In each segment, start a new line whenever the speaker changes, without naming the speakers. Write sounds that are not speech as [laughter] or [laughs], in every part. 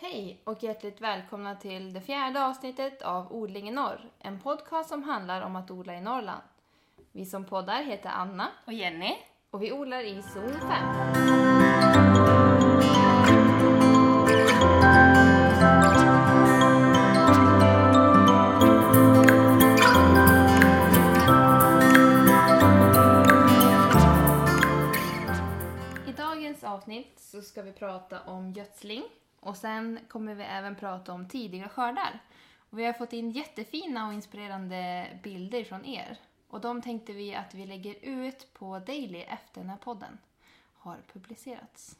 Hej och hjärtligt välkomna till det fjärde avsnittet av Odling i norr. En podcast som handlar om att odla i Norrland. Vi som poddar heter Anna
Och Jenny?
och vi odlar i zon 5. I dagens avsnitt så ska vi prata om gödsling och sen kommer vi även prata om tidiga skördar. Och vi har fått in jättefina och inspirerande bilder från er och de tänkte vi att vi lägger ut på Daily efter den här podden har publicerats.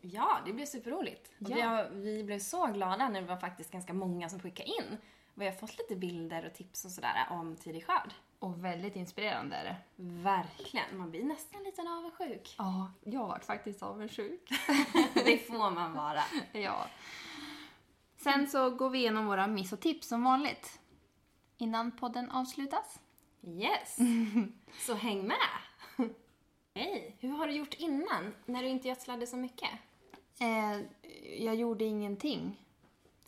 Ja, det blev superroligt. Och
Ja.
Vi, har, vi blev så glada när det var faktiskt ganska många som skickade in. Vi har fått lite bilder och tips och sådär om tidig skörd.
Och väldigt inspirerande är det.
Verkligen, man blir nästan lite avundsjuk. [laughs]
Ja, jag vart faktiskt avundsjuk.
Det får man vara.
ja. Sen så går vi igenom våra miss och tips som vanligt. Innan podden avslutas. [laughs]
Yes! Så häng med! Hej! Hur har du gjort innan, när du inte gödslade så mycket?
Eh, jag gjorde ingenting.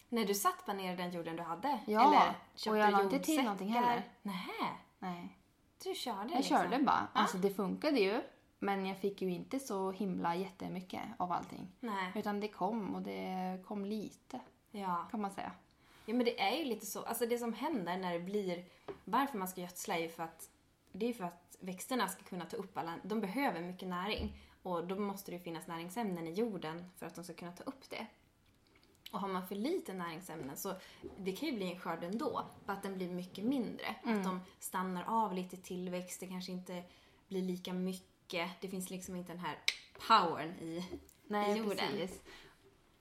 När du satt bara ner i den jorden du hade?
Ja,
Eller
och
köpte
jag la inte till
jordsäckar?
någonting heller.
Nähä,
Nej.
du körde liksom.
Jag körde bara. Alltså det funkade ju. Men jag fick ju inte så himla jättemycket av allting.
Nej,
Utan det kom och det kom lite
ja.
kan man säga.
Ja men det är ju lite så, alltså det som händer när det blir, varför man ska gödsla är ju för att, det är ju för att växterna ska kunna ta upp alla, de behöver mycket näring och då måste det ju finnas näringsämnen i jorden för att de ska kunna ta upp det. Och har man för lite näringsämnen så det kan ju bli en skörd ändå, bara att den blir mycket mindre. Att de stannar av lite i tillväxt, det kanske inte blir lika mycket, det finns liksom inte den här powern i, i jorden.
precis.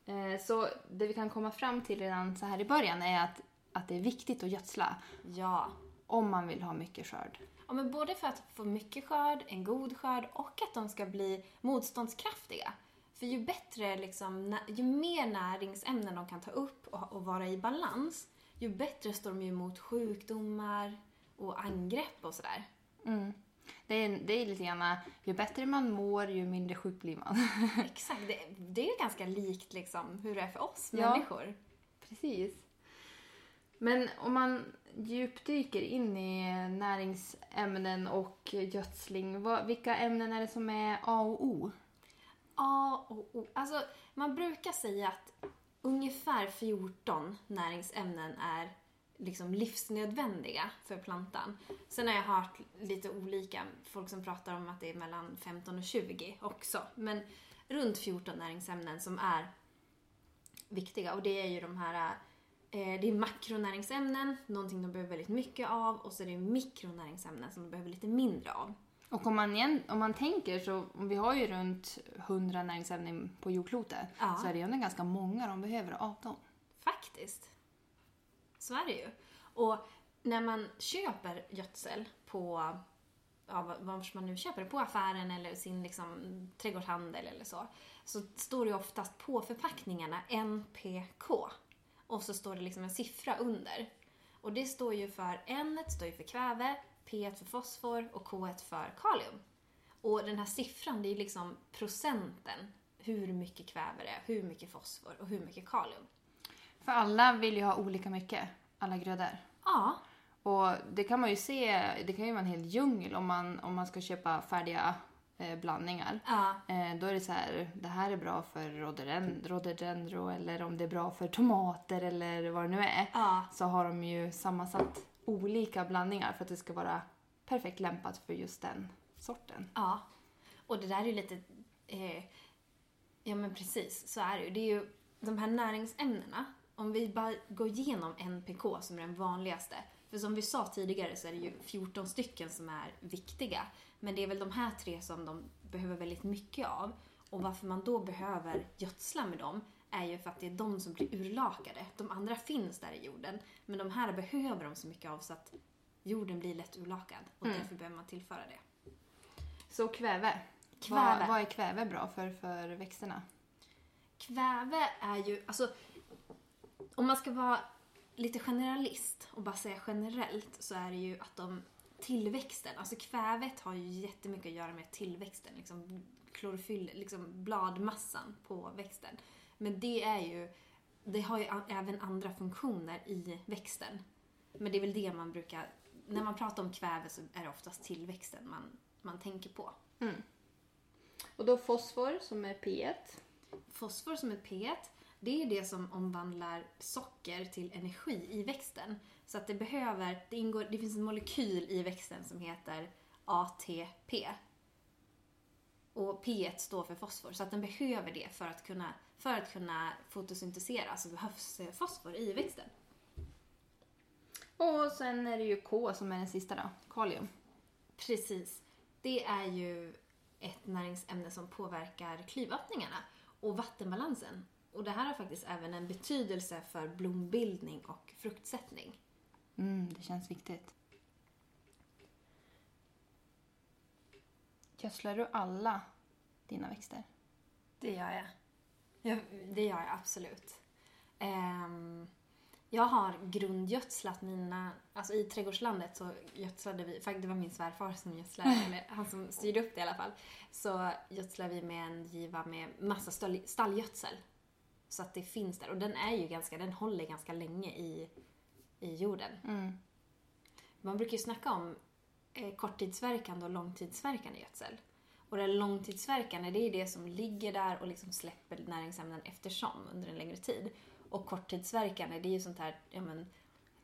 Eh, Så det vi kan komma fram till redan så här i början är att, att det är viktigt att gödsla
Ja.
om man vill ha mycket skörd.
Ja, men både för att få mycket skörd, en god skörd och att de ska bli motståndskraftiga. För ju bättre, liksom, nä- ju mer näringsämnen de kan ta upp och, och vara i balans, ju bättre står de ju mot sjukdomar och angrepp och sådär.
Mm. Det är, det är lite grann, ju bättre man mår ju mindre sjuk blir man. [laughs]
Exakt, det, det är ju ganska likt liksom, hur det är för oss
Ja.
människor.
Precis. Men om man djupdyker in i näringsämnen och gödsling, vad, vilka ämnen är det som är A och O?
A och O. Alltså, man brukar säga att ungefär 14 näringsämnen är liksom livsnödvändiga för plantan. Sen har jag hört lite olika, folk som pratar om att det är mellan 15 och 20 också. Men runt 14 näringsämnen som är viktiga och det är ju de här eh, det är makronäringsämnen, någonting de behöver väldigt mycket av och så är det mikronäringsämnen som de behöver lite mindre av.
Och om man, igen, om man tänker så, vi har ju runt 100 näringsämnen på jordklotet,
Ja.
så är det ju ändå ganska många de behöver av dem.
Faktiskt. Så är det ju. Och när man köper gödsel på, ja, var- varför man nu köper det, på affären eller sin liksom, trädgårdshandel eller så, så står det oftast på förpackningarna NPK. Och så står det liksom en siffra under. Och det står ju för N står ju för kväve, P för fosfor och K för kalium. Och den här siffran, det är ju liksom procenten. Hur mycket kväve det är, hur mycket fosfor och hur mycket kalium.
För alla vill ju ha olika mycket, alla grödor.
Ja,
Och det kan man ju se, det kan ju vara en hel djungel om man, om man ska köpa färdiga eh, blandningar.
ja,
Eh, då är det så här, det här är bra för rhododend- rhododendro eller om det är bra för tomater eller vad det nu är.
ja.
Så har de ju sammansatt olika blandningar för att det ska vara perfekt lämpat för just den sorten.
ja. Och det där är ju lite... Eh, ja, men precis. Så är det ju. Det är ju de här näringsämnena. Om vi bara går igenom NPK som är den vanligaste. För som vi sa tidigare så är det ju 14 stycken som är viktiga. Men det är väl de här tre som de behöver väldigt mycket av. Och varför man då behöver gödsla med dem är ju för att det är de som blir urlakade. De andra finns där i jorden. Men de här behöver de så mycket av så att jorden blir lätt urlakad. Och därför behöver man tillföra det.
Så kväve.
Kväve.
Vad, vad är kväve bra för, för växterna?
Kväve är ju, alltså om man ska vara lite generalist och bara säga generellt så är det ju att de tillväxten, alltså kvävet har ju jättemycket att göra med tillväxten, liksom klorofyll, liksom bladmassan på växten. Men det är ju det har ju a- även andra funktioner i växten. Men det är väl det man brukar... När man pratar om kväve så är det oftast tillväxten man, man tänker på.
Och då fosfor som är P1.
Fosfor som är P1, det är det som omvandlar socker till energi i växten. Så att det behöver, det, ingår, det finns en molekyl i växten som heter ATP. Och P1 står för fosfor, så att den behöver det för att kunna, för att kunna fotosyntesera så behövs eh, fosfor i växten.
Och sen är det ju K som är den sista då, kalium.
Precis. Det är ju ett näringsämne som påverkar klyvöppningarna och vattenbalansen. Och det här har faktiskt även en betydelse för blombildning och fruktsättning.
Mm, det känns viktigt. Gödslar du alla dina växter?
Det gör jag. Ja, det gör jag absolut. Ehm, jag har grundgödslat mina... Alltså i trädgårdslandet så gödslade vi... Faktiskt det var min svärfar som gödslade, eller han som styrde upp det i alla fall. Så gödslade vi med en giva med massa stall, stallgödsel. Så att det finns där. Och den är ju ganska... Den håller ganska länge i, i jorden.
Mm.
Man brukar ju snacka om eh, korttidsverkande och långtidsverkande gödsel. Och det långtidsverkande, det är det som ligger där och liksom släpper näringsämnen eftersom under en längre tid. Och korttidsverkande, det är ju sånt här, ja men,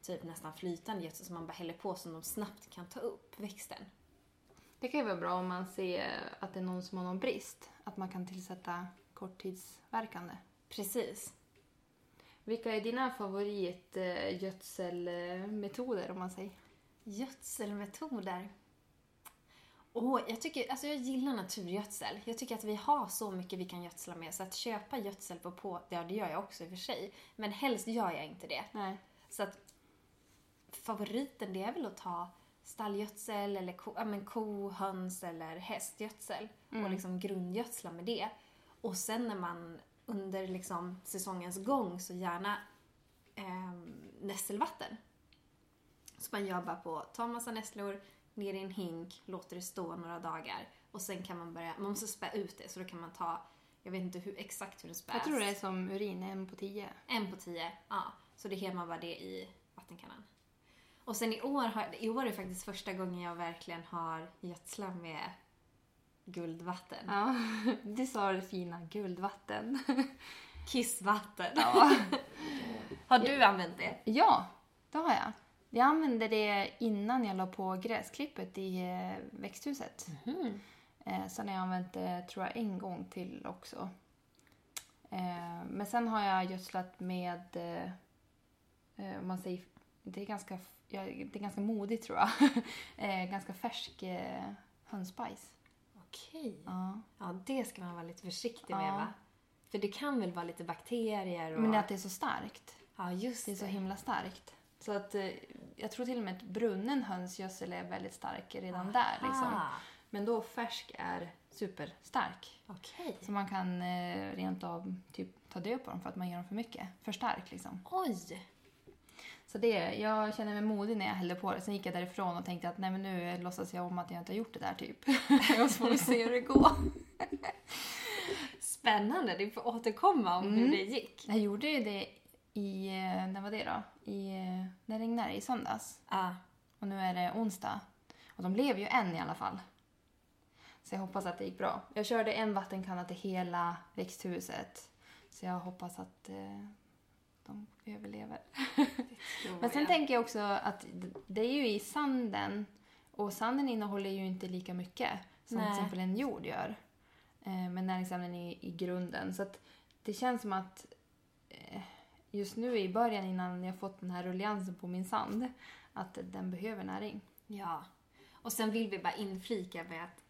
typ nästan flytande gödsel som man bara häller på som de snabbt kan ta upp växten.
Det kan ju vara bra om man ser att det är någon som har någon brist. Att man kan tillsätta korttidsverkande.
Precis.
Vilka är dina favoritgödselmetoder om man säger?
Gödselmetoder. Åh, jag, tycker, alltså jag gillar naturgödsel. Jag tycker att vi har så mycket vi kan gödsla med, så att köpa gödsel på på, ja det gör jag också i och för sig, men helst gör jag inte det.
Nej.
Så att favoriten det är väl att ta stallgödsel eller ko, ja, men ko, höns eller hästgödsel
Mm.
och liksom grundgödsla med det. Och sen när man under liksom säsongens gång så gärna ehm, nässelvatten. Så man gör bara på, ta en massa nässlor, ner i en hink, låter det stå några dagar och sen kan man börja, man måste spä ut det så då kan man ta, jag vet inte hur, exakt hur den späs.
Jag tror det är som urin, en på tio.
En på tio, ja. Så det häller man bara det i vattenkannan. Och sen i år, har, i år är faktiskt första gången jag verkligen har gödslat med guldvatten.
Ja, [laughs] du sa det fina, guldvatten.
Kissvatten. [laughs] har du använt det?
Ja, det har jag. Jag använde det innan jag la på gräsklippet i eh, växthuset. Eh, Sen har jag använt det, tror jag, en gång till också. Eh, Men sen har jag gödslat med, eh, eh, om man säger, det är ganska, ja, det är ganska modigt tror jag, [laughs] Eh, ganska färsk eh, hönsbajs.
Okej.
Ja.
Ja, det ska man vara lite försiktig med
Ja.
va? För det kan väl vara lite bakterier och...
Men det är att det är så starkt.
Ja, just
Det är
det.
så himla starkt. Så att eh, jag tror till och med att brunnen hönsgödsel är väldigt stark redan där. Liksom.
Ah,
Men då färsk är superstark.
Okej.
Så man kan eh, rent av typ ta död på dem för att man ger dem för mycket. För stark liksom.
Oj!
Så det, jag kände mig modig när jag hällde på det. Sen gick jag därifrån och tänkte att nej men nu låtsas jag om att jag inte har gjort det där typ. [laughs] och så får vi se hur det går.
Spännande, du får återkomma om
Mm.
hur det gick.
Jag gjorde ju det i, eh, när var det då? I, eh, när det regnade i söndags.
Ja.
Och nu är det onsdag. Och de lever ju än i alla fall. Så jag hoppas att det gick bra. Jag körde en vattenkanna till hela växthuset. Så jag hoppas att eh, de överlever. Men sen tänker jag också att d- det är ju i sanden. Och sanden innehåller ju inte lika mycket som
Nej.
till exempel en jord gör. Eh, med näringsämnen i, i grunden. Så att det känns som att eh, just nu i början innan jag fått den här rulliansen på min sand. Att den behöver näring.
Ja. Och sen vill vi bara inflika med att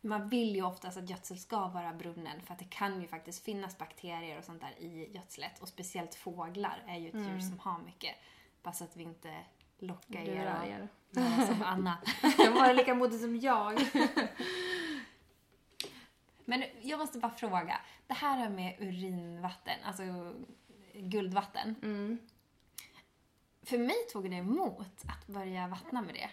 man vill ju oftast att gödsel ska vara brunnen för att det kan ju faktiskt finnas bakterier och sånt där i gödslet. Och speciellt fåglar är ju ett djur som har mycket. Bara så att vi inte lockar
Mm. Du
er
rör
av
er. [laughs]
några som Anna.
Jag var lika modig som jag.
Men jag måste bara fråga. Det här är med urinvatten, alltså guldvatten.
Mm.
För mig tog det emot att börja vattna med det.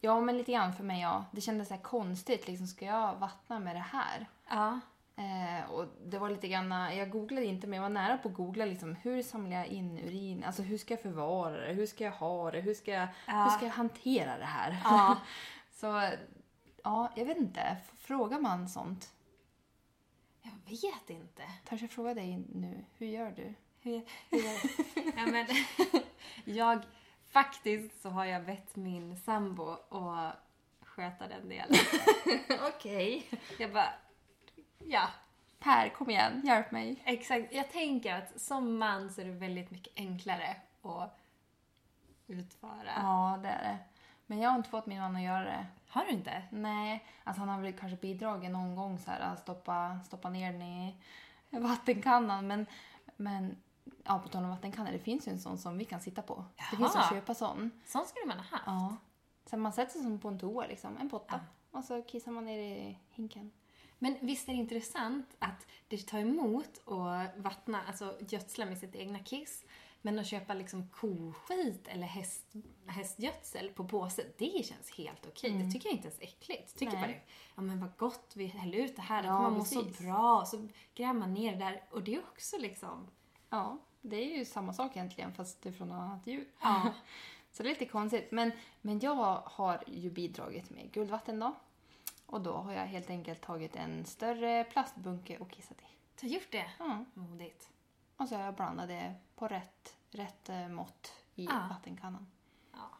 Ja, men lite grann för mig ja. Det kändes så här konstigt. Liksom, ska jag vattna med det här?
Ja.
Eh, och det var lite grann, jag googlade inte men jag var nära på att googla liksom, hur samlar jag in urin? Alltså hur ska jag förvara det? Hur ska jag ha det? Hur ska jag,
Ja.
hur ska jag hantera det här?
Ja.
Så ja, jag vet inte. Frågar man sånt?
Jag vet inte.
Törs jag fråga dig nu, hur gör
[laughs]
du?
Hur- hur gör jag? ja, men, [laughs] jag, faktiskt så har jag bett min sambo att sköta den delen.
Okej.
Jag bara, ja,
Per, kom igen, hjälp mig.
exakt. Jag tänker att som man så är det väldigt mycket enklare att utföra.
Ja, det är det. Men jag har inte fått min man att göra det.
Har du inte?
Nej, alltså han har väl kanske bidragit någon gång så här, att stoppa, stoppa ner den i vattenkannan. Men, men ja, på tal om vattenkannan, det finns ju en sån som vi kan sitta på. Det finns
Jaha.
att köpa sån.
Sån skulle man ha haft.
Ja. Så man sätter sig som på en toa, liksom, en potta. Och så kissar man ner i hinken.
Men visst är det intressant att det tar emot att vattna, alltså gödsla med sitt egna kiss. Men att köpa liksom koskit eller häst, hästgödsel på påse, det känns helt okej. Det tycker jag inte ens är äckligt. Tycker
Mm. Nej.
bara, ja men vad gott vi häller ut det här, det
Ja,
kommer man må så
precis.
bra. Så gräver man ner det där och det är också liksom,
Ja, det är ju samma sak egentligen fast det är från något annat djur.
Ja.
[laughs] så det är lite konstigt. Men, men jag har ju bidragit med guldvatten då. Och då har jag helt enkelt tagit en större plastbunke och kissat i.
du har gjort det.
Ja.
Modigt.
Och så har jag blandat det på rätt, rätt eh, mått i
Ah.
vattenkannan.
Ja.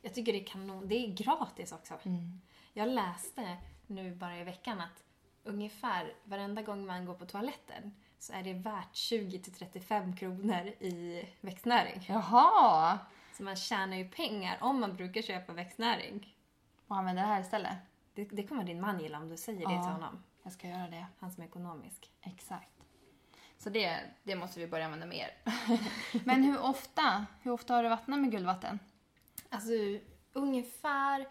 Jag tycker det är kanon. Det är gratis också.
Mm.
Jag läste nu bara i veckan att ungefär varenda gång man går på toaletten så är det värt 20-35 kronor i växtnäring.
Jaha!
Så man tjänar ju pengar om man brukar köpa växtnäring.
Och använda det här istället.
Det, det kommer din man gilla om du säger det
Ja.
till honom.
Jag ska göra det.
Han som är ekonomisk.
Exakt. Så det, det måste vi börja använda mer. [laughs] men hur ofta, hur ofta har du vattnat med guldvatten?
Alltså ungefär...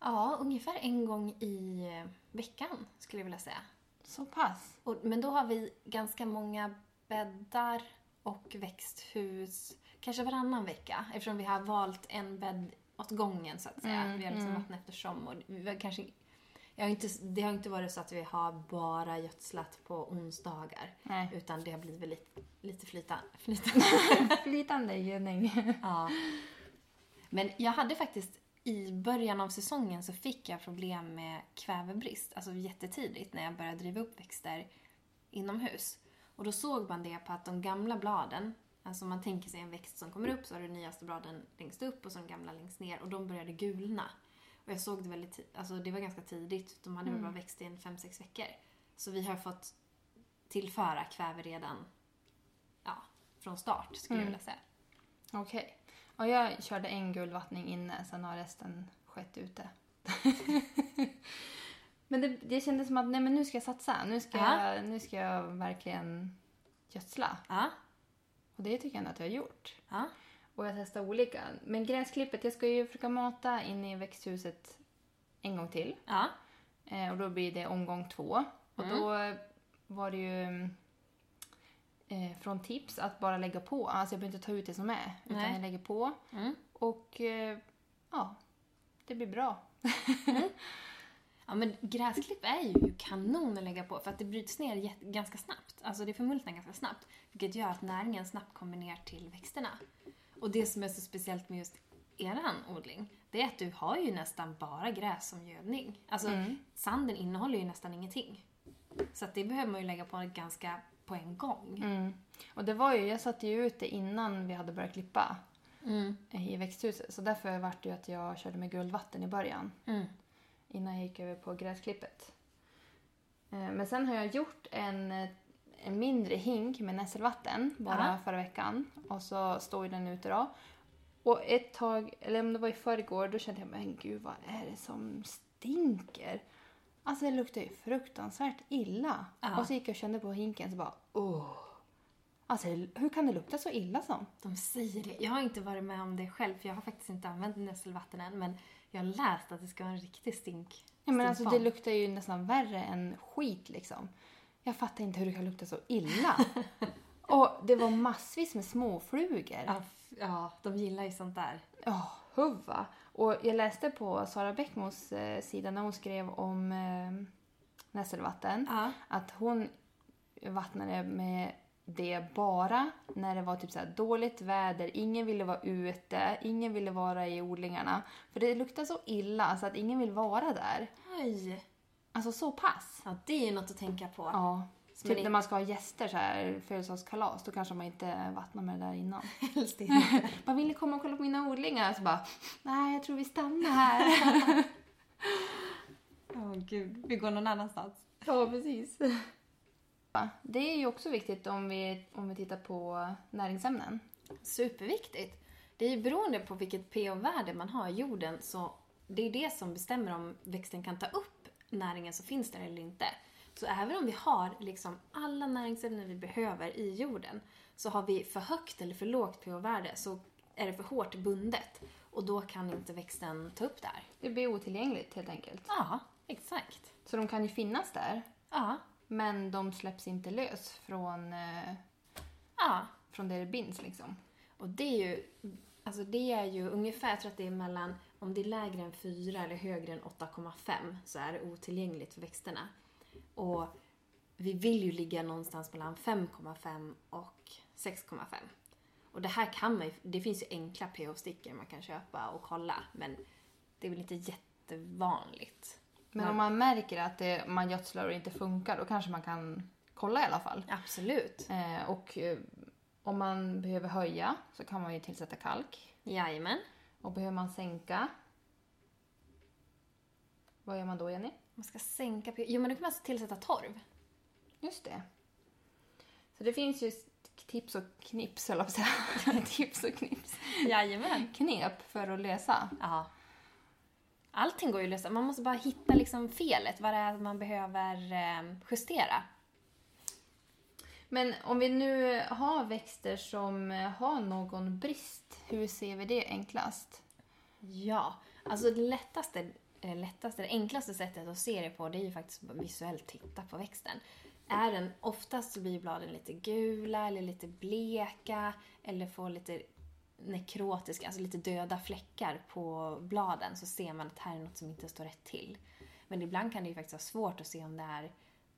Ja, ungefär en gång i eh, veckan skulle jag vilja säga.
Så pass.
Och, men då har vi ganska många bäddar och växthus, kanske varannan vecka. Eftersom vi har valt en bädd åt gången så att säga.
Mm,
vi har liksom
mm.
vattnat eftersom. Och vi har kanske, jag har inte, det har inte varit så att vi har bara gödslat på onsdagar.
Nej.
Utan det har blivit lite, lite flyta, flytande.
Flytande gödning.
ja. Men jag hade faktiskt i början av säsongen så fick jag problem med kvävebrist, alltså jättetidigt när jag började driva upp växter inomhus. Och då såg man det på att de gamla bladen, alltså om man tänker sig en växt som kommer upp så har du de nyaste bladen längst upp och så de gamla längst ner och de började gulna. Och jag såg det väldigt ti- alltså det var ganska tidigt, de hade väl bara växt i en 5-6 veckor. Så vi har fått tillföra kväve redan ja, från start skulle jag vilja säga.
[laughs] Okej. Och jag körde en guldvattning inne, sen har resten skett ute. [laughs] men det, det kändes som att nej, men nu ska jag satsa. Nu ska,
Ja.
jag, nu ska jag verkligen gödsla.
Ja,
Och det tycker jag ändå att jag har gjort.
ja.
Och jag testar olika. Men gräsklippet, jag ska ju försöka mata in i växthuset en gång till.
Ja.
Eh, och då blir det omgång två. Och då var det ju mm, eh, från tips att bara lägga på. Alltså jag behöver inte ta ut det som är. Utan
Nej.
jag lägger på.
Mm.
Och eh, ja, det blir bra.
ja, men gräsklipp är ju kanon att lägga på för att det bryts ner jätte- ganska snabbt. Alltså det förmultnar ganska snabbt. Vilket gör att näringen snabbt kommer ner till växterna. Och det som är så speciellt med just eran odling, det är att du har ju nästan bara gräs som gödning. Alltså sanden innehåller ju nästan ingenting. Så att det behöver man ju lägga på ganska på en gång.
Mm. Och det var ju, jag satte ju ut det innan vi hade börjat klippa
Mm.
eh, i växthuset. Så därför vart det ju att jag körde med guldvatten i början.
Mm.
Innan jag gick över på gräsklippet. Eh, Men sen har jag gjort en, eh, en mindre hink med nässelvatten bara
Aha.
förra veckan. Och så står ju den ute då. Och ett tag, eller om det var i förrgår, då kände jag men gud vad är det som stinker? Alltså det luktar ju fruktansvärt illa.
Ja.
Och så gick jag och kände på hinken så bara åh. Alltså hur kan det lukta så illa som?
De säger det. Jag har inte varit med om det själv för jag har faktiskt inte använt nässelvatten än men jag har läst att det ska vara en riktig stink.
Ja, men alltså, det
stinkbomb.
luktar ju nästan värre än skit liksom. Jag fattar inte hur det kan lukta så [laughs] illa. och det var massvis med småflugor. Ja,
Ja, f- ja, de gillar ju sånt där.
huva. Och jag läste på Sara Bäckmos eh, sida när hon skrev om eh, nässelvatten.
Ja.
Att hon vattnade med det bara när det var typ så här dåligt väder, ingen ville vara ute, ingen ville vara i odlingarna. För det luktar så illa så att ingen vill vara där.
Oj.
Alltså så pass.
Ja, det är ju något att tänka på.
Ja.
Men
Typ
det-
när man ska ha gäster så här, födelsedagskalas, då kanske man inte vattnar med det där innan. [laughs]
Helst inte.
Man vill ni komma och kolla på mina odlingar? Så bara, nej jag tror vi stannar här.
Åh gud, vi går någon annanstans.
[laughs] ja, precis. Det är ju också viktigt om vi, om vi tittar på näringsämnen.
Superviktigt. Det är ju beroende på vilket pH-värde man har i jorden så det är det som bestämmer om växten kan ta upp näringen som finns där eller inte. Så även om vi har liksom alla näringsämnen vi behöver i jorden så har vi för högt eller för lågt pH-värde så är det för hårt bundet och då kan inte växten ta upp det här.
Det blir otillgängligt helt enkelt.
Ja, exakt.
Så de kan ju finnas där,
Ja,
men de släpps inte lös från, eh,
ja.
från där det binds liksom.
Och det är ju, alltså det är ju ungefär, jag tror att det är mellan, om det är lägre än 4 eller högre än 8,5 så är det otillgängligt för växterna. Och vi vill ju ligga någonstans mellan 5,5 och 6,5. Och det här kan man ju, det finns ju enkla pH-stickor man kan köpa och kolla, men det är väl inte jättevanligt.
Men om man märker att det, man gödslar och det inte funkar, då kanske man kan kolla i alla fall.
Absolut.
Eh, och eh, om man behöver höja så kan man ju tillsätta kalk.
Jajamän.
Och behöver man sänka, vad gör man då Jenny?
Man ska sänka pH. Jo, men då kan man tillsätta torv.
Just det. Så det finns ju tips och knips, höll jag på att säga. [laughs] tips och knips.
Jajamän.
Knep för att lösa.
Ja. Allting går ju att lösa. Man måste bara hitta liksom felet, vad det är man behöver eh, justera.
Men om vi nu har växter som har någon brist, hur ser vi det enklast?
Ja, alltså det lättaste, eh, lättaste, det enklaste sättet att se det på det är ju faktiskt att visuellt titta på växten. Är den, oftast så blir bladen lite gula eller lite bleka eller får lite nekrotiska, alltså lite döda fläckar på bladen så ser man att här är något som inte står rätt till. Men ibland kan det ju faktiskt vara svårt att se om det är,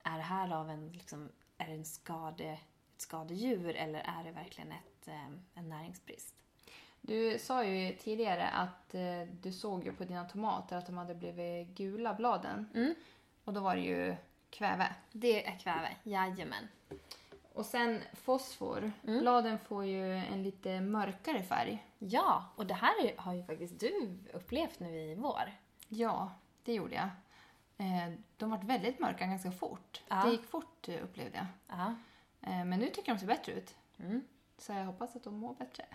är det här av en, liksom, är det en skade, ett skadedjur eller är det verkligen ett, eh, en näringsbrist.
Du sa ju tidigare att eh, du såg ju på dina tomater att de hade blivit gula bladen.
Mm.
Och då var det ju kväve.
Det är kväve, jajamän.
Och sen fosfor.
Mm.
Bladen får ju en lite mörkare färg.
Ja, och det här har ju faktiskt du upplevt nu i vår.
Ja, det gjorde jag. Eh, De vart väldigt mörka ganska fort.
Ja.
Det gick fort eh, upplevde jag.
Ja.
Eh, Men nu tycker de ser bättre ut.
Mm.
Så jag hoppas att de mår bättre.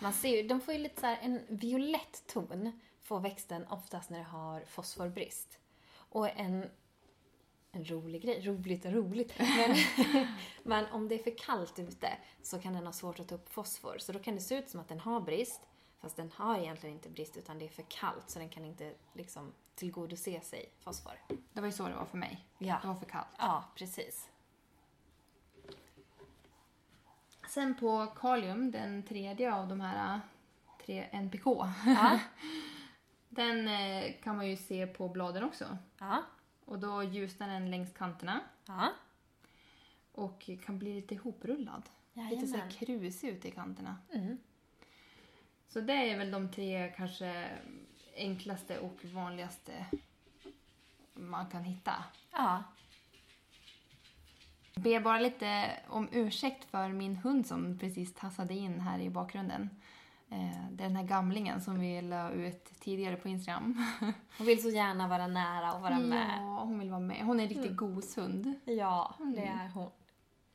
Man ser ju, de får ju lite så här en violett ton får växten oftast när det har fosforbrist. Och en, en rolig grej, roligt och roligt, men, [laughs] men om det är för kallt ute så kan den ha svårt att ta upp fosfor. Så då kan det se ut som att den har brist, fast den har egentligen inte brist utan det är för kallt så den kan inte liksom tillgodose sig fosfor.
Det var ju så det var för mig.
Ja.
Det var för kallt.
Ja, precis.
Sen på kalium, den tredje av de här eh, tre NPK.
Ja.
[laughs] Den eh, kan man ju se på bladen också.
Ja.
Och då ljusnar den längs kanterna
Ja.
och kan bli lite ihoprullad. Lite så här
Jajamän.
krusig ute i kanterna.
Mm.
Så det är väl de tre kanske enklaste och vanligaste man kan hitta.
Ja.
Ber bara lite om ursäkt för min hund som precis tassade in här i bakgrunden. Eh, Det är den här gamlingen som vi la ut tidigare på Instagram.
Hon vill så gärna vara nära och vara med. Mm.
Ja, hon vill vara med. Hon är en riktig goshund.
Ja, det är hon.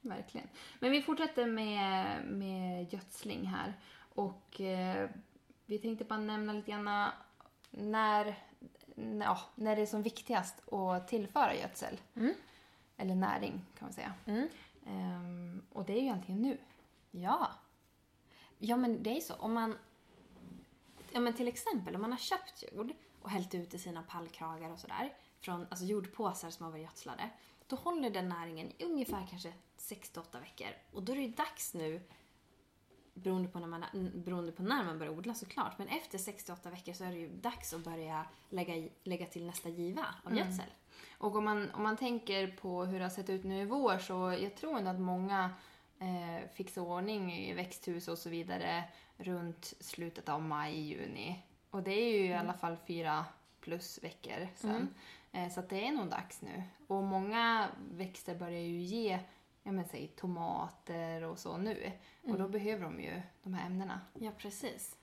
Verkligen. Men vi fortsätter med, med gödsling här. Och eh, vi tänkte bara nämna lite grann när, n- ja, när det är som viktigast att tillföra gödsel.
Mm.
Eller näring kan man säga.
Mm.
Ehm, och det är ju egentligen nu.
Ja. Ja, men det är ju så. Om man... Ja, men till exempel om man har köpt jord och hällt ut i sina pallkragar och sådär, från alltså jordpåsar som har varit gödslade, då håller den näringen i ungefär kanske 6-8 veckor. Och då är det ju dags nu beroende på, när man, beroende på när man börjar odla såklart. Men efter 68 veckor så är det ju dags att börja lägga, i, lägga till nästa giva av gödsel.
Och om man, om man tänker på hur det har sett ut nu i vår så jag tror ändå att många eh, fixar ordning i växthus och så vidare runt slutet av maj, juni. Och det är ju i alla fall fyra plus veckor sen. Eh, så att det är nog dags nu. Och många växter börjar ju ge ja, men, säg, tomater och så nu. Och då behöver de ju de här ämnena.
Ja, precis.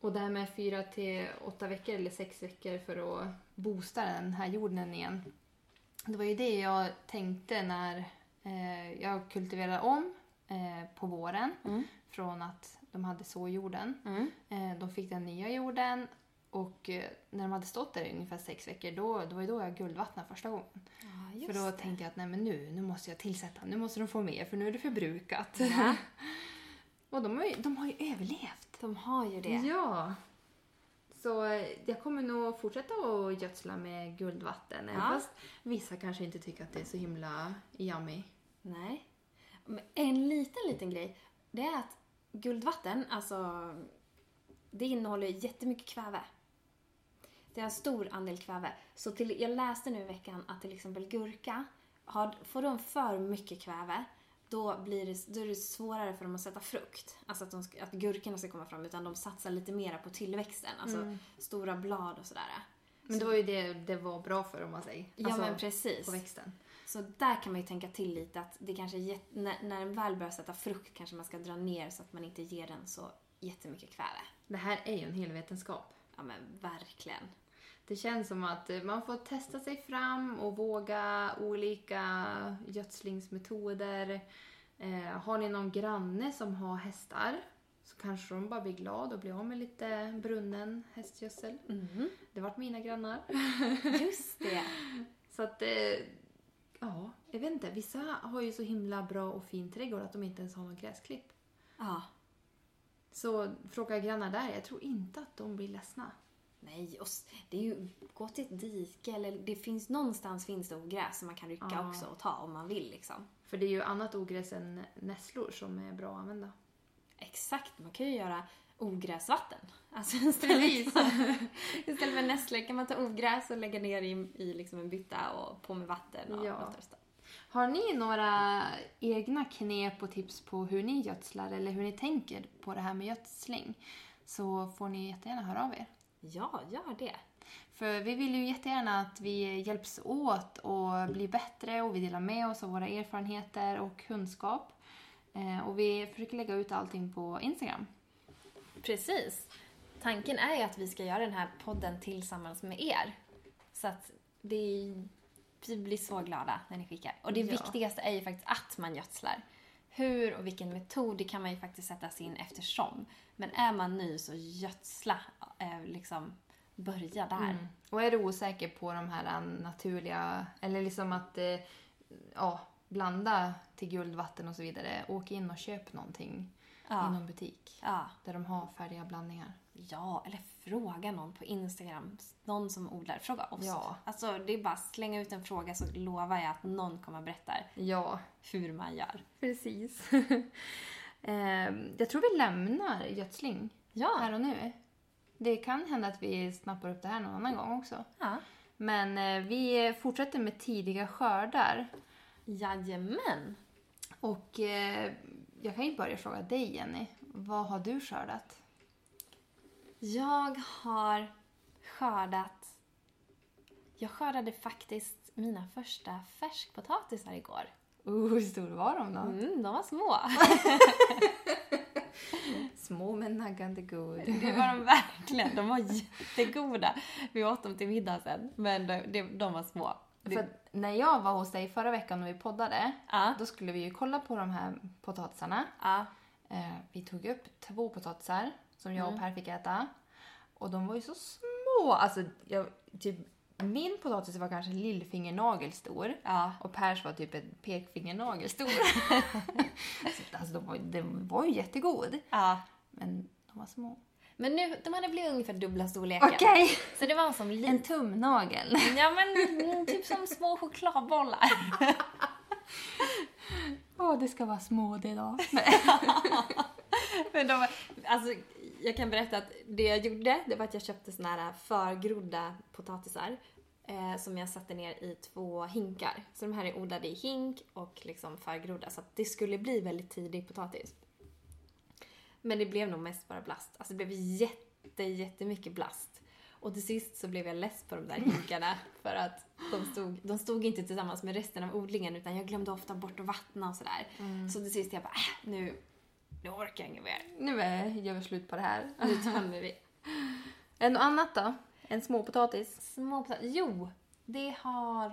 Och det här med fyra till åtta veckor eller sex veckor för att boosta den här jorden igen. Det var ju det jag tänkte när eh, jag kultiverade om eh, på våren.
Mm,
Från att de hade såjorden. Eh, de fick den nya jorden och eh, när de hade stått där i ungefär sex veckor då, då var ju då jag guldvattnade första gången.
Ja,
för då
det.
tänkte jag att nej men nu, nu måste jag tillsätta, nu måste de få mer för nu är det förbrukat.
Ja,
[laughs] och de har ju, de har ju överlevt.
de har ju det.
Ja. Så eh, jag kommer nog fortsätta att gödsla med guldvatten. även
Ja.
Fast vissa kanske inte tycker att det är så himla yummy.
Nej. Men en liten, liten grej. Det är att guldvatten, alltså det innehåller jättemycket kväve. Det är en stor andel kväve. Så till, jag läste nu i veckan att till exempel gurka, har, får de för mycket kväve då, blir det, då är det svårare för dem att sätta frukt. Alltså att, de, ska- att gurkorna ska komma fram utan de satsar lite mera på tillväxten. Alltså stora blad och sådär.
Men det var ju det det var bra för om man säger. Alltså,
Ja men precis.
På växten.
Så där kan man ju tänka till lite att det kanske är jätt- när, när den väl börjar sätta frukt kanske man ska dra ner så att man inte ger den så jättemycket kväve.
Det här är ju en hel vetenskap.
Ja men verkligen.
Det känns som att eh, man får testa sig fram och våga olika gödslingsmetoder. Eh, har ni någon granne som har hästar så kanske de bara blir glada och blir av med lite brunnen hästgödsel. Det vart mina grannar.
Just det.
Så att, eh, ja, jag vet inte. Vissa har ju så himla bra och fin trädgård att de inte ens har någon gräsklipp.
Ja.
Så fråga grannar där, jag tror inte att de blir ledsna.
Nej, och s- det är ju, gå till ett dike eller det finns någonstans finns det ogräs som man kan rycka
Ja.
också och ta om man vill liksom.
För det är ju annat ogräs än nässlor som är bra att använda.
Exakt, man kan ju göra ogräsvatten. Alltså istället för, [laughs] istället för nässlor kan man ta ogräs och lägga ner i, i liksom en bytta och på med vatten och
Ja.
låta det stå.
Har ni några egna knep och tips på hur ni gödslar eller hur ni tänker på det här med gödsling så får ni jättegärna höra av er.
Ja, gör det.
För vi vill ju jättegärna att vi hjälps åt och blir bättre och vi delar med oss av våra erfarenheter och kunskap. Eh, Och vi försöker lägga ut allting på Instagram.
Precis. Tanken är ju att vi ska göra den här podden tillsammans med er. Så att det är, vi blir så glada när ni skickar. Och det
Ja.
viktigaste är ju faktiskt att man gödslar. Hur och vilken metod, det kan man ju faktiskt sätta sig in eftersom. Men är man ny så gödsla, eh, liksom börja där.
Mm. Och är du osäker på de här naturliga, eller liksom att eh, ja, blanda till guldvatten och så vidare, åk in och köp någonting i
Ja.
någon butik
Ja.
där de har färdiga blandningar.
ja, eller fråga någon på Instagram, någon som odlar, fråga oss.
Ja.
Alltså det är bara att slänga ut en fråga så lovar jag att någon kommer att berätta
Ja,
hur man gör.
precis. [laughs] Ehm, Jag tror vi lämnar gödsling
Ja.
här och nu. Det kan hända att vi snappar upp det här någon annan gång också.
ja.
Men eh, vi fortsätter med tidiga skördar.
Jajamän!
Och eh, jag kan ju börja fråga dig, Jenny. Vad har du skördat?
Jag har skördat... Jag skördade faktiskt mina första färskpotatisar igår.
Oh, hur stor var de då?
Mm, de var små.
Små men naggande god.
[laughs] Det var de verkligen. De var jättegoda. Vi åt dem till middag sen, men de, de, de var små. Det-
För att när jag var hos dig förra veckan och vi poddade,
Ja.
då skulle vi ju kolla på de här potatisarna.
Ja.
Eh, vi tog upp två potatisar som jag och Per fick äta. Och de var ju så små! Alltså, jag, typ, min potatis var kanske lillfingernagel stor.
Ja.
Och Pers var typ en pekfingernagel [laughs] stor. Så, alltså, de var, den var ju jättegod.
ja.
Men de var små.
Men nu, de hade blivit ungefär dubbla storleken. Så det var som liten...
En tumnagel.
Ja, men mm, typ som små chokladbollar.
[laughs] Åh, det ska vara små det idag.
Men de, var- alltså, jag kan berätta att det jag gjorde, det var att jag köpte såna här förgrodda potatisar eh, som jag satte ner i två hinkar. Så de här är odlade i hink och liksom förgrodda så att det skulle bli väldigt tidig potatis. Men det blev nog mest bara blast. Alltså det blev jätte, jättemycket blast. Och till sist så blev jag less på de där hinkarna för att de stod, de stod inte tillsammans med resten av odlingen utan jag glömde ofta bort att vattna och sådär. Så till sist jag bara, äh, nu, nu orkar jag inget mer.
Nu eh, gör vi slut på det här.
Nu tömmer vi.
Är det något annat då? En småpotatis?
Små potat- Jo, det har...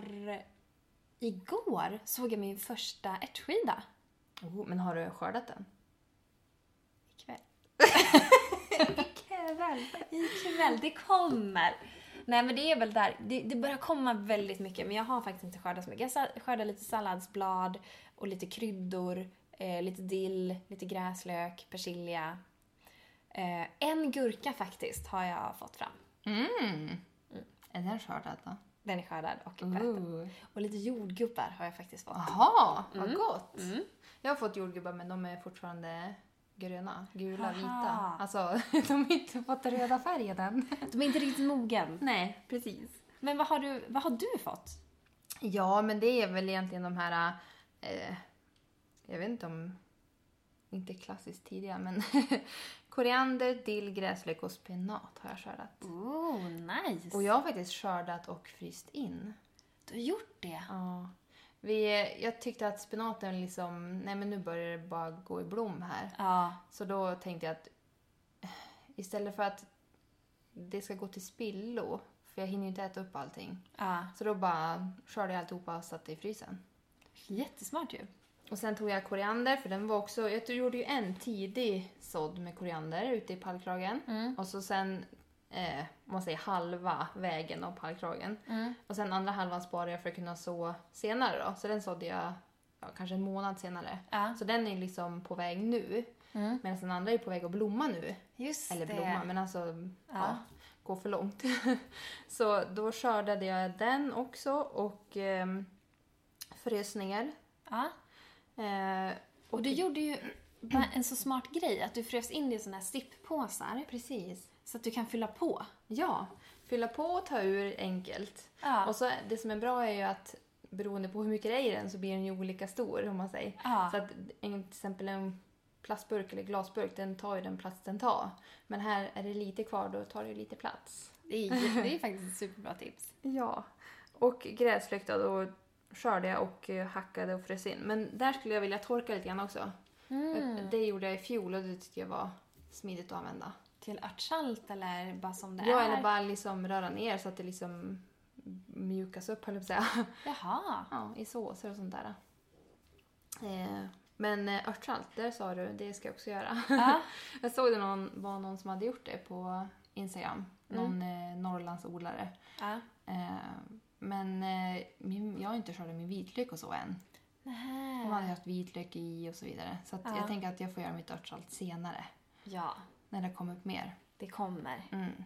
Igår såg jag min första ärtskida.
Oh, men har du skördat den?
Ikväll. Ikväll. Ikväll, det kommer. Nej men det är väl där, det, det börjar komma väldigt mycket men jag har faktiskt inte skördat så mycket. Jag sa- skördar lite salladsblad och lite kryddor, eh, lite dill, lite gräslök, persilja. Eh, en gurka faktiskt har jag fått fram.
Mm. Är den skördad då?
Den är skördad och uppäten.
Ooh.
Och lite jordgubbar har jag faktiskt fått.
Jaha, vad gott! Jag har fått jordgubbar men de är fortfarande gröna, gula,
Aha.
vita. Alltså, [laughs] de har inte fått den röda färgen än.
De är inte riktigt mogen.
[laughs] Nej, precis.
Men vad har du, vad har du fått?
Ja, men det är väl egentligen de här... Eh, jag vet inte om... Inte klassiskt tidiga, men... [laughs] koriander, dill, gräslök och spenat har jag skördat.
Oh, nice!
Och jag har faktiskt skördat och fryst in.
Du har gjort det?
Ja. Vi, jag tyckte att spenaten liksom... Nej, men nu börjar det bara gå i blom här.
Ja.
Så då tänkte jag att eh, istället för att det ska gå till spillo, för jag hinner ju inte äta upp allting,
ja.
så då bara körde jag alltihopa och satte i frysen.
Jättesmart ju.
Och sen tog jag koriander, för den var också... Jag tror jag gjorde ju en tidig sådd med koriander ute i pallkragen.
Mm,
Och så sen, eh, man säger halva vägen av pallkragen.
mm.
Och sen andra halvan sparade jag för att kunna så senare då. Så den sådde jag ja, kanske en månad senare.
Ja.
Så den är liksom på väg nu.
Mm.
Medan den andra är på väg att blomma nu.
Just
Eller
det.
blomma, men alltså ja.
Ja.
gå för långt. [laughs] så då skördade jag den också och ehm, frös ner.
Ja.
Eh,
Och du gjorde ju bara en så smart grej, att du frös in det i såna här sipppåsar
precis.
så att du kan fylla på.
Ja, fylla på och ta ur enkelt.
Ja.
Och så det som är bra är ju att beroende på hur mycket det är i den så blir den ju olika stor om man säger.
Ja.
Så att en, till exempel en plastburk eller glasburk den tar ju den plats den tar. Men här är det lite kvar då tar det ju lite plats.
Det är, det är faktiskt ett superbra tips.
Ja, och gräsfläkt då, då skörde jag och eh, hackade och frös in. Men där skulle jag vilja torka lite grann också.
Mm.
Det gjorde jag i fjol och det tyckte jag var smidigt att använda.
Till örtsalt eller bara som det
Ja,
är?
eller bara liksom röra ner så att det liksom mjukas upp, höll jag på att säga. [laughs]
[laughs] Jaha.
Ja, i såser och sånt där. Eh, Men eh, örtsalt, där sa du, det ska jag också göra. [laughs]
Ja.
Jag såg det någon, var någon som hade gjort det på Instagram. Någon eh, Norrlandsodlare.
ja.
Eh, men eh, min, jag har inte skördat min vitlök och så än. Man
Nähä.
hade haft vitlök i och så vidare. Så att
Ja.
jag tänker att jag får göra mitt örtsalt senare.
Ja,
När det kommer upp mer.
det kommer.
Mm.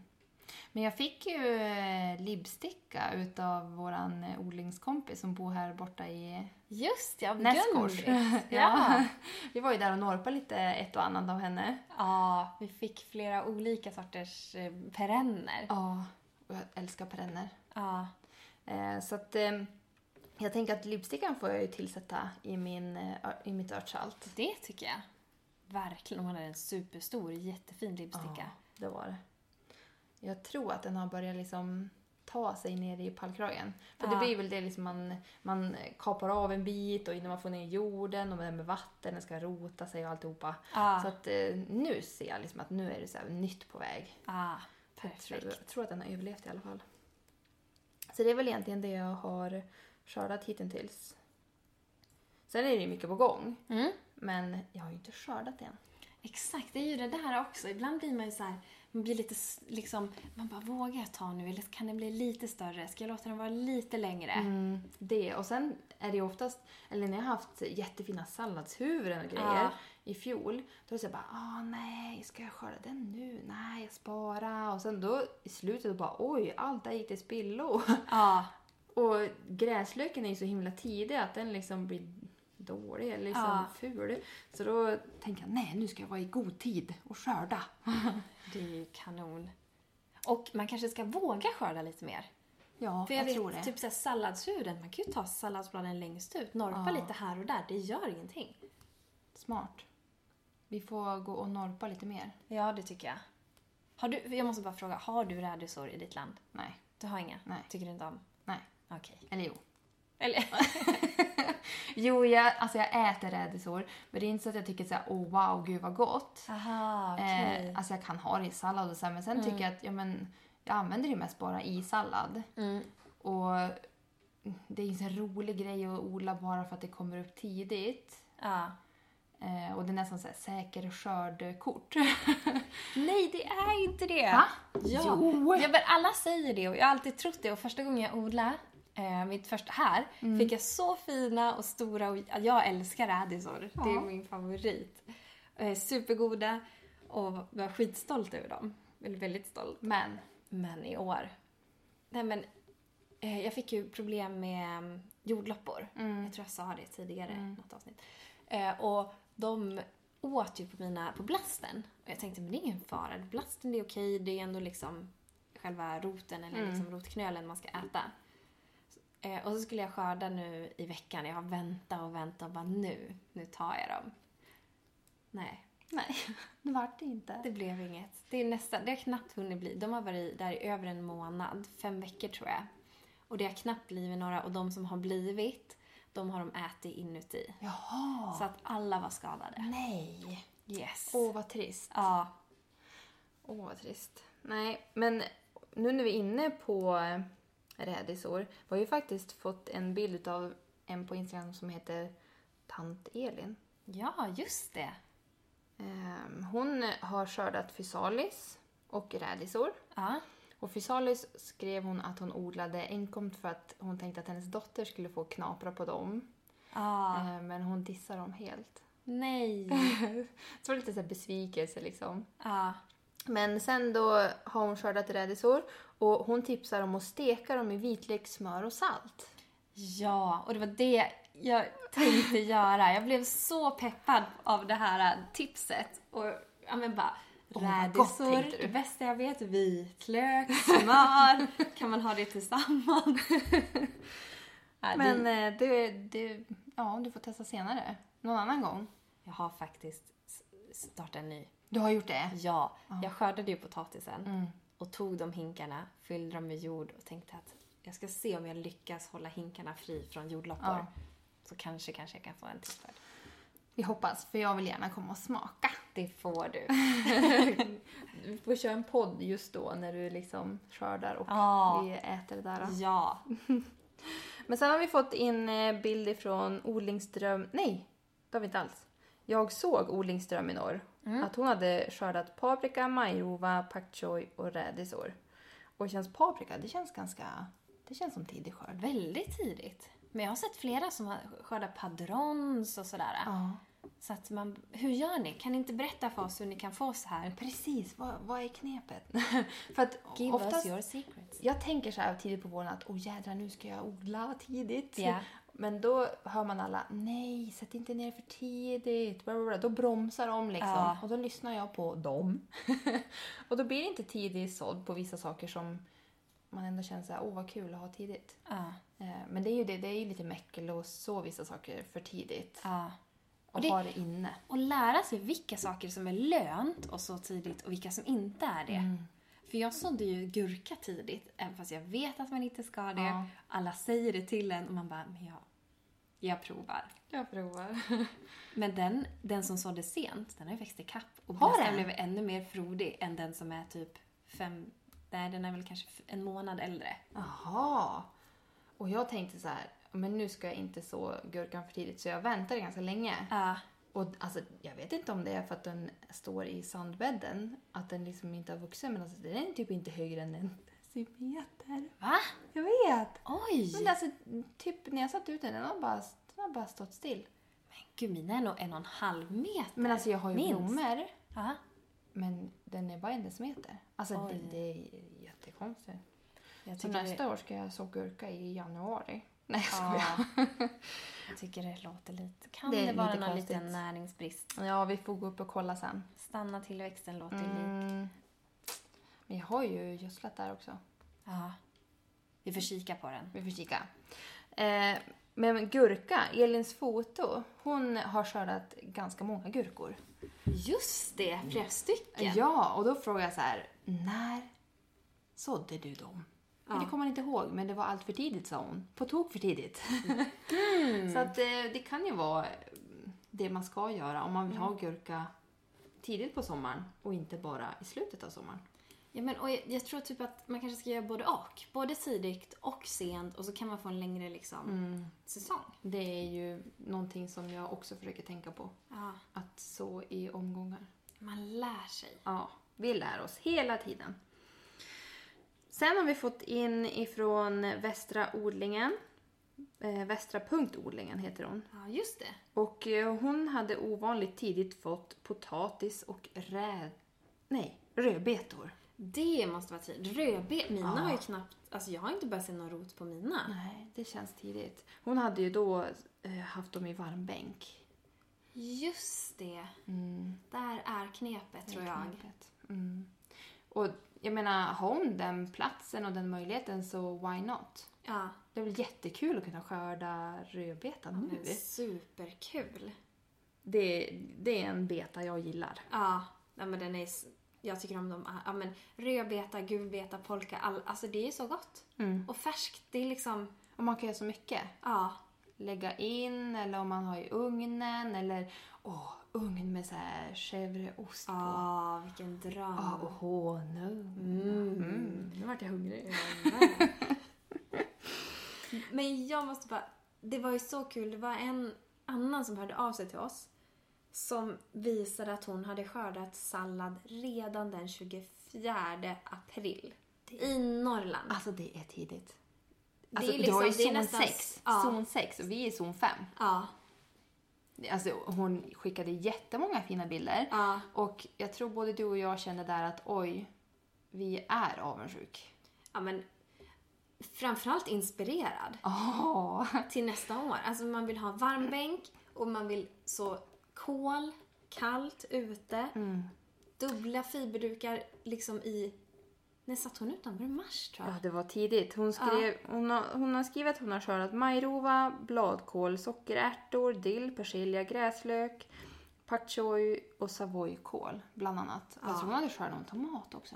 Men jag fick ju eh, libbsticka utav våran eh, odlingskompis som bor här borta i
Just ja,
Näsgårds.
[laughs] Gun-Britt.
ja. Vi var ju där och norpade lite ett och annat av henne.
Ja, vi fick flera olika sorters eh, perenner.
Ja, och jag älskar perenner.
Ja.
Eh, så att eh, jag tänker att libbstickan får jag ju tillsätta i, min, eh, ör- i mitt örtsalt.
Det tycker jag. Verkligen. Hon hade en superstor, jättefin
Ja,
lipsticka.
det var det. Jag tror att den har börjat liksom ta sig ner i pallkragen. För det
Ja.
blir väl det liksom man, man kapar av en bit och innan man får ner jorden och det här med vatten, den ska rota sig och alltihopa.
Ja.
Så att eh, nu ser jag liksom att nu är det så här nytt på väg.
Ah,
Jag tror,
perfekt.
jag tror att den har överlevt i alla fall. Så det är väl egentligen det jag har skördat hittills. Sen är det ju mycket på gång,
Mm.
men jag har ju inte skördat än.
Exakt, det är ju det där också. Ibland blir man ju så här, man blir lite s- liksom, man bara vågar jag ta nu eller kan den bli lite större? Ska jag låta den vara lite längre?
Mm, det. Och sen är det ju oftast, eller när jag har haft jättefina salladshuvuden och grejer
Ja.
i fjol, då är det så här bara, ah nej, ska jag skörda den nu? Nej, jag sparar. Och sen då i slutet bara, oj, allt det här gick till spillo.
Ja,
[laughs] Och gräslöken är ju så himla tidig att den liksom blir dålig eller liksom
Ja.
ful. Så då tänker jag, nej nu ska jag vara i god tid och skörda.
Det är ju kanon. Och man kanske ska våga skörda lite mer.
Ja,
För jag,
jag,
vet,
tror det.
typ såhär salladshuren, man kan ju ta salladsbladen längst ut, norpa
Ja.
lite här och där, det gör ingenting.
Smart. Vi får gå och norpa lite mer.
Ja, det tycker jag. Har du, jag måste bara fråga, har du rädisor i ditt land?
Nej,
Du har inga?
Nej.
Tycker du inte om?
nej.
Okej.
Eller jo.
Eller?
Jo, jag, alltså jag äter rädisor. Men det är inte så att jag tycker såhär, oh wow, gud vad gott.
Aha,
Eh, alltså jag kan ha det i sallad och så här, men sen tycker jag att ja, men, jag använder det mest bara i sallad.
Mm.
Och det är ju en sån här rolig grej att odla bara för att det kommer upp tidigt.
Ja.
Eh, och det är nästan så här säker [laughs] skördkort.
Nej, det är inte det!
Va?
Ja.
Jo.
Ja, men alla säger det och jag har alltid trott det. Och första gången jag odlade, eh, mitt första här, fick jag så fina och stora och ja, jag älskar rädisor. Det är
Ja.
min favorit. Eh, supergoda och var skitstolt över dem. Eller väldigt stolt.
Men,
Men i år. Nej men, eh, jag fick ju problem med mm, jordloppor.
mm,
Jag tror jag sa det tidigare i något avsnitt. Eh, och de åt ju på mina, på blasten. Och jag tänkte men det är ingen fara, blasten det är okej, det är ändå liksom själva roten eller liksom rotknölen man ska äta. Eh, och så skulle jag skörda nu i veckan, jag har väntat och väntat och bara nu, nu tar jag dem. Nej,
nej. Det vart det inte.
det blev inget. Det, är nästan, det har knappt hunnit bli. De har varit där i över en månad, fem veckor tror jag. Och det har knappt blivit några och de som har blivit, de har de ätit inuti.
Jaha.
Så att alla var skadade.
Nej.
Yes.
Åh, vad trist.
Ja.
Åh, vad trist. Nej, men nu när vi är inne på eh, rädisor. Vi har ju faktiskt fått en bild av en på Instagram som heter Tant Elin.
ja, just det.
Ehm, Hon har skördat fysalis och rädisor.
Ja.
Och fysalis skrev hon att hon odlade enkom för att hon tänkte att hennes dotter skulle få knapra på dem.
ja.
Ehm, Men hon dissar dem helt. [laughs]
Nej.
Så det var lite så här besvikelse liksom.
Ja.
Men sen då har hon skördat rädisor och hon tipsar om att steka dem i vitlök, smör och salt.
Ja, och det var det jag tänkte göra. Jag blev så peppad av det här tipset. Och ja, men bara,
Åh, vad gott,
rädisor,
tänkte du.
det bästa jag vet, vitlök,
[laughs]
smör. kan man ha det tillsammans? ja,
Men
det,
eh, det, det, ja, du får testa senare. Någon annan gång.
jag har faktiskt s- startat en ny.
Du har gjort det?
Ja, jag skördade ju potatisen
Mm.
och tog de hinkarna, fyllde dem med jord och tänkte att jag ska se om jag lyckas hålla hinkarna fri från jordloppor.
Ja.
Så kanske, kanske jag kan få en tippad.
Vi hoppas, för jag vill gärna komma och smaka.
Det får du.
Vi får köra en podd just då när du liksom skördar och
Ja.
vi äter det där.
Ja,
Men sen har vi fått in eh, bild ifrån Odlingsström... Nej, det har vi inte alls. Jag såg Odlingsström i norr. Att hon hade skördat paprika, majrova, pak choi och rädisor. Och det känns paprika, det känns ganska... Det känns som tidig skörd.
väldigt tidigt. Men jag har sett flera som har skördat padrons och sådär.
Ja.
Så att man, hur gör ni? Kan ni inte berätta för oss hur ni kan få så här?
Precis, vad, vad är knepet? [laughs] För att
Give
oftast...
us your secrets.
Jag tänker så här tidigt på våren att åh jädrar nu ska jag odla vad tidigt.
Ja.
Men då hör man alla nej, sätt inte ner för tidigt. Bla, bla, bla. Då bromsar de liksom.
Ja.
Och då lyssnar jag på dem. [laughs] och då blir det inte tidig sådd på vissa saker som man ändå känner så här, åh vad kul att ha tidigt.
Ja,
Eh, Men det är ju det, det är ju lite mäckel och så vissa saker för tidigt.
ja.
Och,
Och det-
ha det inne.
Och lära sig vilka saker som är lönt och så tidigt och vilka som inte är det.
Mm.
För jag sådde ju gurka tidigt, även fast jag vet att man inte ska det.
Ja.
Alla säger det till en och man bara, men jag, jag provar. [laughs]
Jag provar.
Men den, den som såddes sent, den har ju växt ikapp. Och
Har
nästan
den?
blev ännu mer frodig än den som är typ fem... Nej, den är väl kanske f- en månad äldre.
Jaha. Och jag tänkte så här, men nu ska jag inte så gurkan för tidigt så jag väntade ganska länge.
Ja.
Och alltså, jag vet inte om det är för att den står i sandbädden, att den liksom inte har vuxit, men alltså, den är typ inte högre än en decimeter.
Va?
Jag vet!
Oj!
Men alltså, typ när jag satt ut den, den har bara, den har bara stått still.
Gud, mina är nog en och en halv meter.
Men alltså jag har ju
Minst.
blommor,
Ja.
men den är bara en decimeter. Alltså det,
Oj.
det är jättekonstigt.
Jag
Så
tycker
nästa år ska jag så gurka i januari. Nej, jag skojar.
Ja. Jag tycker det låter lite... Kan
Det
det,
är
vara
lite
någon
konstigt.
liten näringsbrist?
Ja, vi får gå upp och kolla sen.
Stanna tillväxten låter lite...
Mm. Men jag har ju gödslat där också.
Ja. Vi får kika på den.
Vi får kika. Eh, men gurka, Elins foto, hon har skördat ganska många gurkor.
Just det, flera stycken.
Ja, och då frågade jag så här, när sådde du dem? Men det kommer man inte ihåg, men det var allt för tidigt sa hon. På tok för tidigt. [laughs] så att eh, det kan ju vara eh, det man ska göra om man vill ha gurka tidigt på sommaren och inte bara i slutet av sommaren.
Ja, men, och jag, jag tror typ att man kanske ska göra både och. Både tidigt och sent och så kan man få en längre liksom,
Mm.
säsong.
Det är ju någonting som jag också försöker tänka på.
Ja.
Att så i omgångar.
Man lär sig.
Ja, vi lär oss hela tiden. Sen har vi fått in ifrån Västra odlingen. Eh, Västra punktodlingen heter hon.
Ja, just det.
Och eh, hon hade ovanligt tidigt fått potatis och rä... Nej, rödbetor.
Det måste vara tid. Rödbet. Mina
Ja.
har ju knappt... Alltså jag har inte börjat se någon rot på mina.
Nej, det känns tidigt. Hon hade ju då eh, haft dem i varmbänk.
Just det.
Mm.
Där är knepet tror jag.
Knepet. Mm. Och jag menar, har hon den platsen och den möjligheten så why not?
Ja.
Det är väl jättekul att kunna skörda rödbetan nu.
Men superkul.
Det, det är en beta jag gillar.
Ja. ja, men den är... s- Jag tycker om dem. Ja, men rödbeta, gulbeta, polka. All... Alltså det är så gott. Och färskt. Det är liksom...
Mm. Och man kan göra så mycket.
Ja.
Lägga in eller om man har i ugnen eller åh, ugn med så här chèvreost på.
Ja, vilken dröm.
Ja, Ah, och honung.
Mm.
Mm, Nu vart jag hungrig.
[laughs] Men jag måste bara... Det var ju så kul. Det var en annan som hörde av sig till oss som visade att hon hade skördat sallad redan den 24 april. I Norrland.
Alltså det är tidigt.
Det
Alltså,
är
du har ju
liksom- det
zon
är nästan-
6.
ja.
Zon 6 och vi är i zon 5.
Ja.
Alltså, hon skickade jättemånga fina bilder.
Ja.
Och jag tror både du och jag kände där att oj, vi är avundsjuk.
ja, men framförallt inspirerad
Åh!
till nästa år. Alltså man vill ha varmbänk och man vill så kol, kallt ute. Dubbla fiberdukar liksom i... När satt hon ut dem? Var det mars tror jag?
Ja, det var tidigt. Hon, skrev, hon, har, hon har skrivit att hon har skördat majrova, bladkål, sockerärtor, dill, persilja, gräslök, pak choi och savojkål bland annat. Alltså hon hade skördat någon tomat också.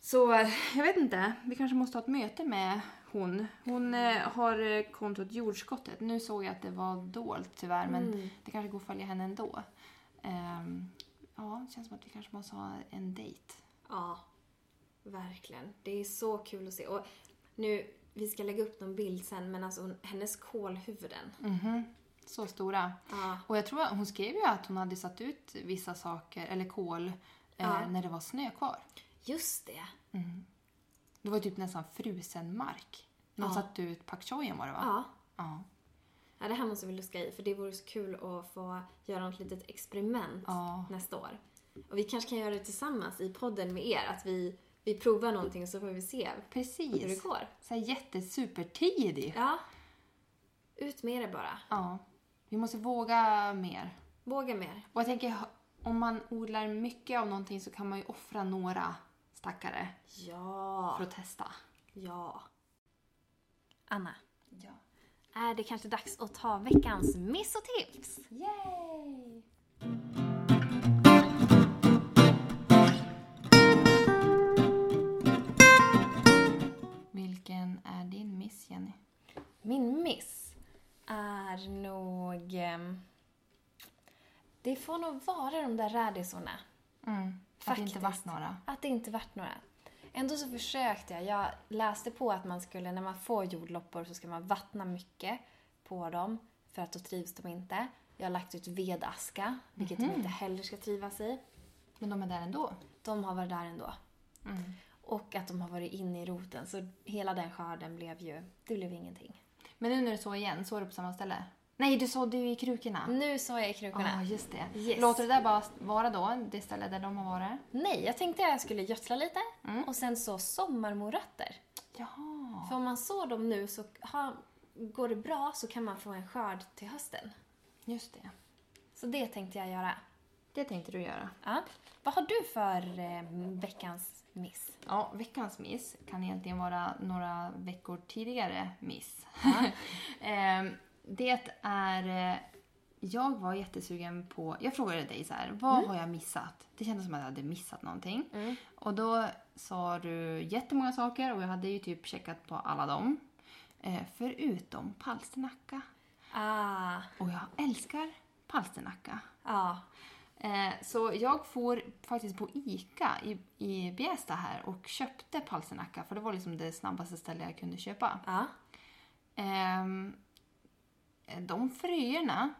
Så eh, jag vet inte, vi kanske måste ha ett möte med hon. Hon eh, har eh, kontot Jordskottet. Nu såg jag att det var dolt tyvärr men det kanske går att följa henne ändå. Ehm, ja, det känns som att vi kanske måste ha en dejt.
Ja, verkligen. Det är så kul att se. Och nu, vi ska lägga upp någon bild sen, men alltså hon, hennes kålhuvuden.
Så stora.
Ja.
Och jag tror att hon skrev ju att hon hade satt ut vissa saker, eller kol, eh,
Ja.
när det var snö kvar.
Just det.
Det var ju typ nästan frusen mark. Någon
Ja.
satte ut pak choyen var det va?
Ja.
Ja.
ja. Det här måste vi luska i, för det vore så kul att få göra något litet experiment
Ja.
nästa år. Och vi kanske kan göra det tillsammans i podden med er, att vi, vi provar någonting så får vi se hur det
Precis.
går.
Så här jättesupertidig. Ja.
Ja. Ut med det bara.
ja. Vi måste våga mer.
Våga mer.
Och jag tänker, om man odlar mycket av någonting så kan man ju offra några stackare för
Ja.
att testa.
Ja. Anna,
Ja.
är det kanske dags att ta veckans miss och tips?
Yay! Vilken är din miss, Jenny?
Min miss är nog... ehm, Det får nog vara de där rädisorna.
Att det inte
Faktiskt.
vart några.
Att det inte vart några. Ändå så försökte jag. Jag läste på att man skulle, när man får jordloppor så ska man vattna mycket på dem för att då trivs de inte. Jag har lagt ut vedaska, vilket de inte heller ska trivas i.
Men de är där ändå.
De har varit där ändå. Och att de har varit inne i roten. Så hela den skörden blev ju... Det blev ingenting.
Men nu när du så igen, så är du på samma ställe? Nej, du sådde ju i krukorna.
Nu så är jag i krukorna.
Ja, just det.
Yes.
Låter det där bara vara då, det ställe där de har varit?
Nej, jag tänkte att jag skulle gödsla lite och sen så sommarmorötter.
Jaha.
För om man sår dem nu så har, går det bra så kan man få en skörd till hösten.
Just det.
Så det tänkte jag göra.
Det tänkte du göra.
Ja. Vad har du för eh, veckans miss?
Ja, veckans miss kan egentligen vara några veckor tidigare miss. [laughs] Ehm, det är... eh, Jag var jättesugen på... Jag frågade dig så här, vad har jag missat? Det kändes som att jag hade missat någonting. Och då sa du jättemånga saker och jag hade ju typ checkat på alla dem. Eh, förutom palsternacka.
Ah,
Och jag älskar palsternacka.
ja.
Eh, Så jag får faktiskt på ICA i, i Bjästa här och köpte palsternacka för det var liksom det snabbaste stället jag kunde köpa.
ja.
Ehm, De fröerna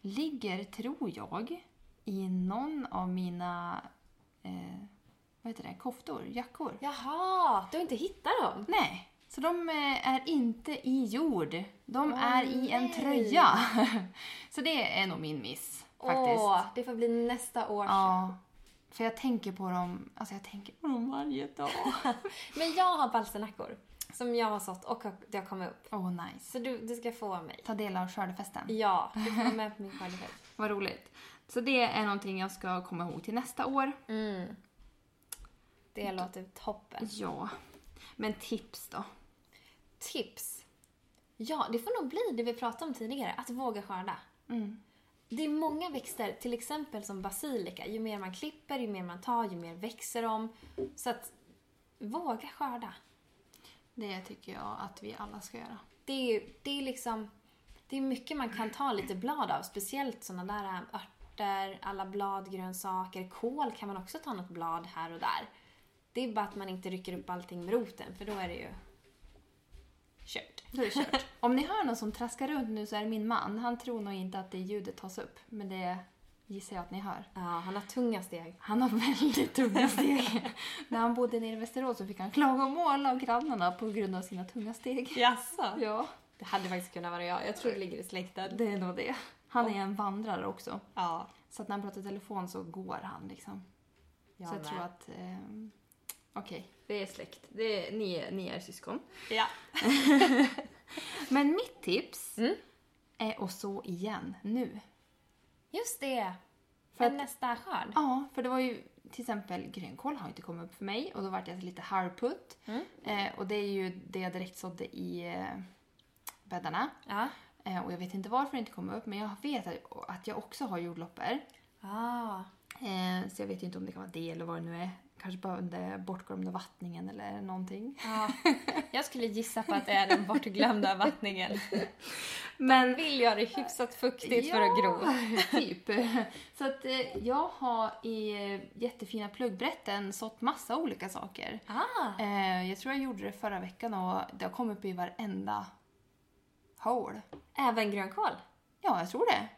ligger, tror jag, i någon av mina eh, vad heter det, koftor, jackor.
Jaha, du har inte hittat dem?
Nej, så de eh, är inte i jord. De
Åh,
är i en
nej.
tröja. [laughs] så det är nog min miss, faktiskt.
Åh, det får bli nästa års.
Ja. För jag tänker på dem, alltså jag tänker på dem varje [laughs] dag.
Men jag har palsternackor som jag har sått och har- det har kommit upp.
Åh, oh, nice.
Så du, du ska få av mig.
Ta del av skördefesten.
Ja, du får vara med på min skördefest.
Vad roligt. Så det är någonting jag ska komma ihåg till nästa år.
Mm. Det låter toppen.
Ja. Men tips då?
Tips. Ja, det får nog bli det vi pratade om tidigare, att våga skörda.
Mm.
Det är många växter, till exempel som basilika. Ju mer man klipper, ju mer man tar, ju mer växer de. Så att, våga skörda.
Det tycker jag att vi alla ska göra.
Det är, ju- det är liksom... Det är mycket man kan ta lite blad av, speciellt sådana där äh, örter, alla bladgrönsaker, kål kan man också ta något blad här och där. Det är bara att man inte rycker upp allting med roten, för då är det ju kört.
Då är det kört. [laughs] Om ni hör någon som traskar runt nu så är det min man. Han tror nog inte att det ljudet tas upp, men det gissar jag att ni hör.
Ja, han har tunga steg.
Han har [laughs] väldigt tunga [laughs] steg. När han bodde nere i Västerås så fick han klagomål av grannarna på grund av sina tunga steg.
Jaså?
Ja.
Det hade faktiskt kunnat vara jag. Jag tror det ligger i släkten.
Det är nog det. Han är en vandrare också.
Ja.
Så att när han pratar i telefon så går han liksom.
Jag
så jag
med.
tror att... Eh, Okej, det är släkt. Det är, ni, är, ni är syskon.
Ja.
Men mitt tips
Mm.
är att så igen nu.
Just det!
För
För
att-
nästa skörd.
Ja, för det var ju till exempel grönkål har ju inte kommit upp för mig och då vart jag lite halvputt.
Mm.
Eh, och det är ju det jag direkt sådde i eh, bäddarna.
Ja.
Eh, och jag vet inte varför det inte kom upp men jag vet att, att jag också har jordloppor.
Ah.
Eh, så jag vet ju inte om det kan vara det eller vad det nu är. Kanske bara under bortglömda vattningen eller någonting.
Ja. Jag skulle gissa på att det är den bortglömda vattningen.
Men [laughs]
Vill göra det hyfsat fuktigt för att gro.
typ. Så att eh, jag har i eh, jättefina pluggbrätten sått massa olika saker.
Ah.
Eh, jag tror jag gjorde det förra veckan och det har kommit upp i varenda hål.
Även grönkål.
Ja, jag tror det.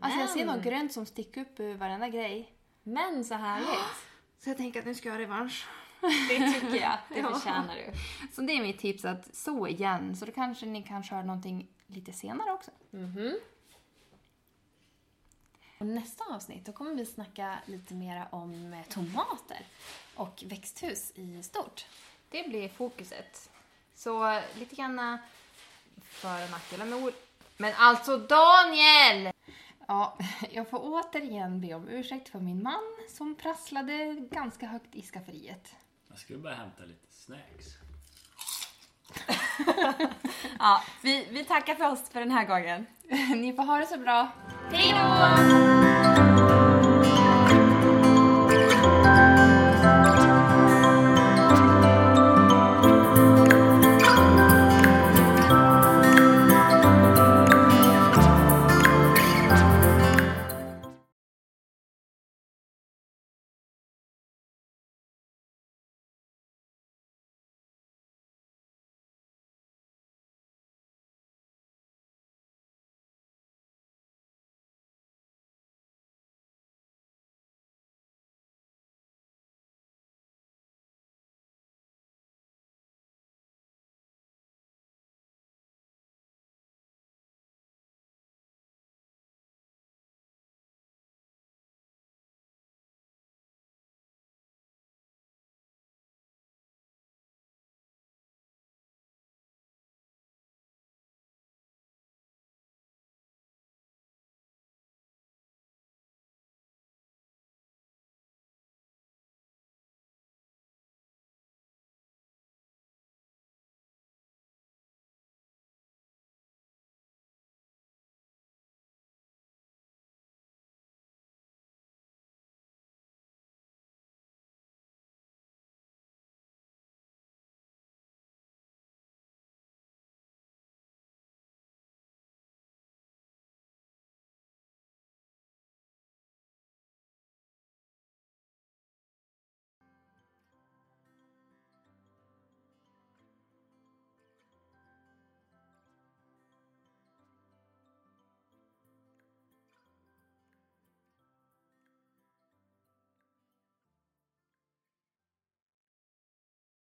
Alltså jag ser
Men.
något grönt som sticker upp ur varenda grej.
Men så härligt.
Så jag tänker att nu ska jag ha revansch.
Det tycker jag. Det
Ja.
förtjänar du.
Så det är mitt tips att så igen. Så då kanske ni kan köra någonting lite senare också.
Mhm. Och nästa avsnitt då kommer vi snacka lite mera om eh, tomater och växthus i stort.
Det blir fokuset. Så eh, lite grann för och nackdelar med ord. Men alltså Daniel! Ja, [laughs] jag får återigen be om ursäkt för min man som prasslade ganska högt i skafferiet. [laughs]
Jag skulle bara hämta lite snacks.
Ja, vi, vi tackar för oss för den här gången.
Ni får ha det så bra.
Hej då!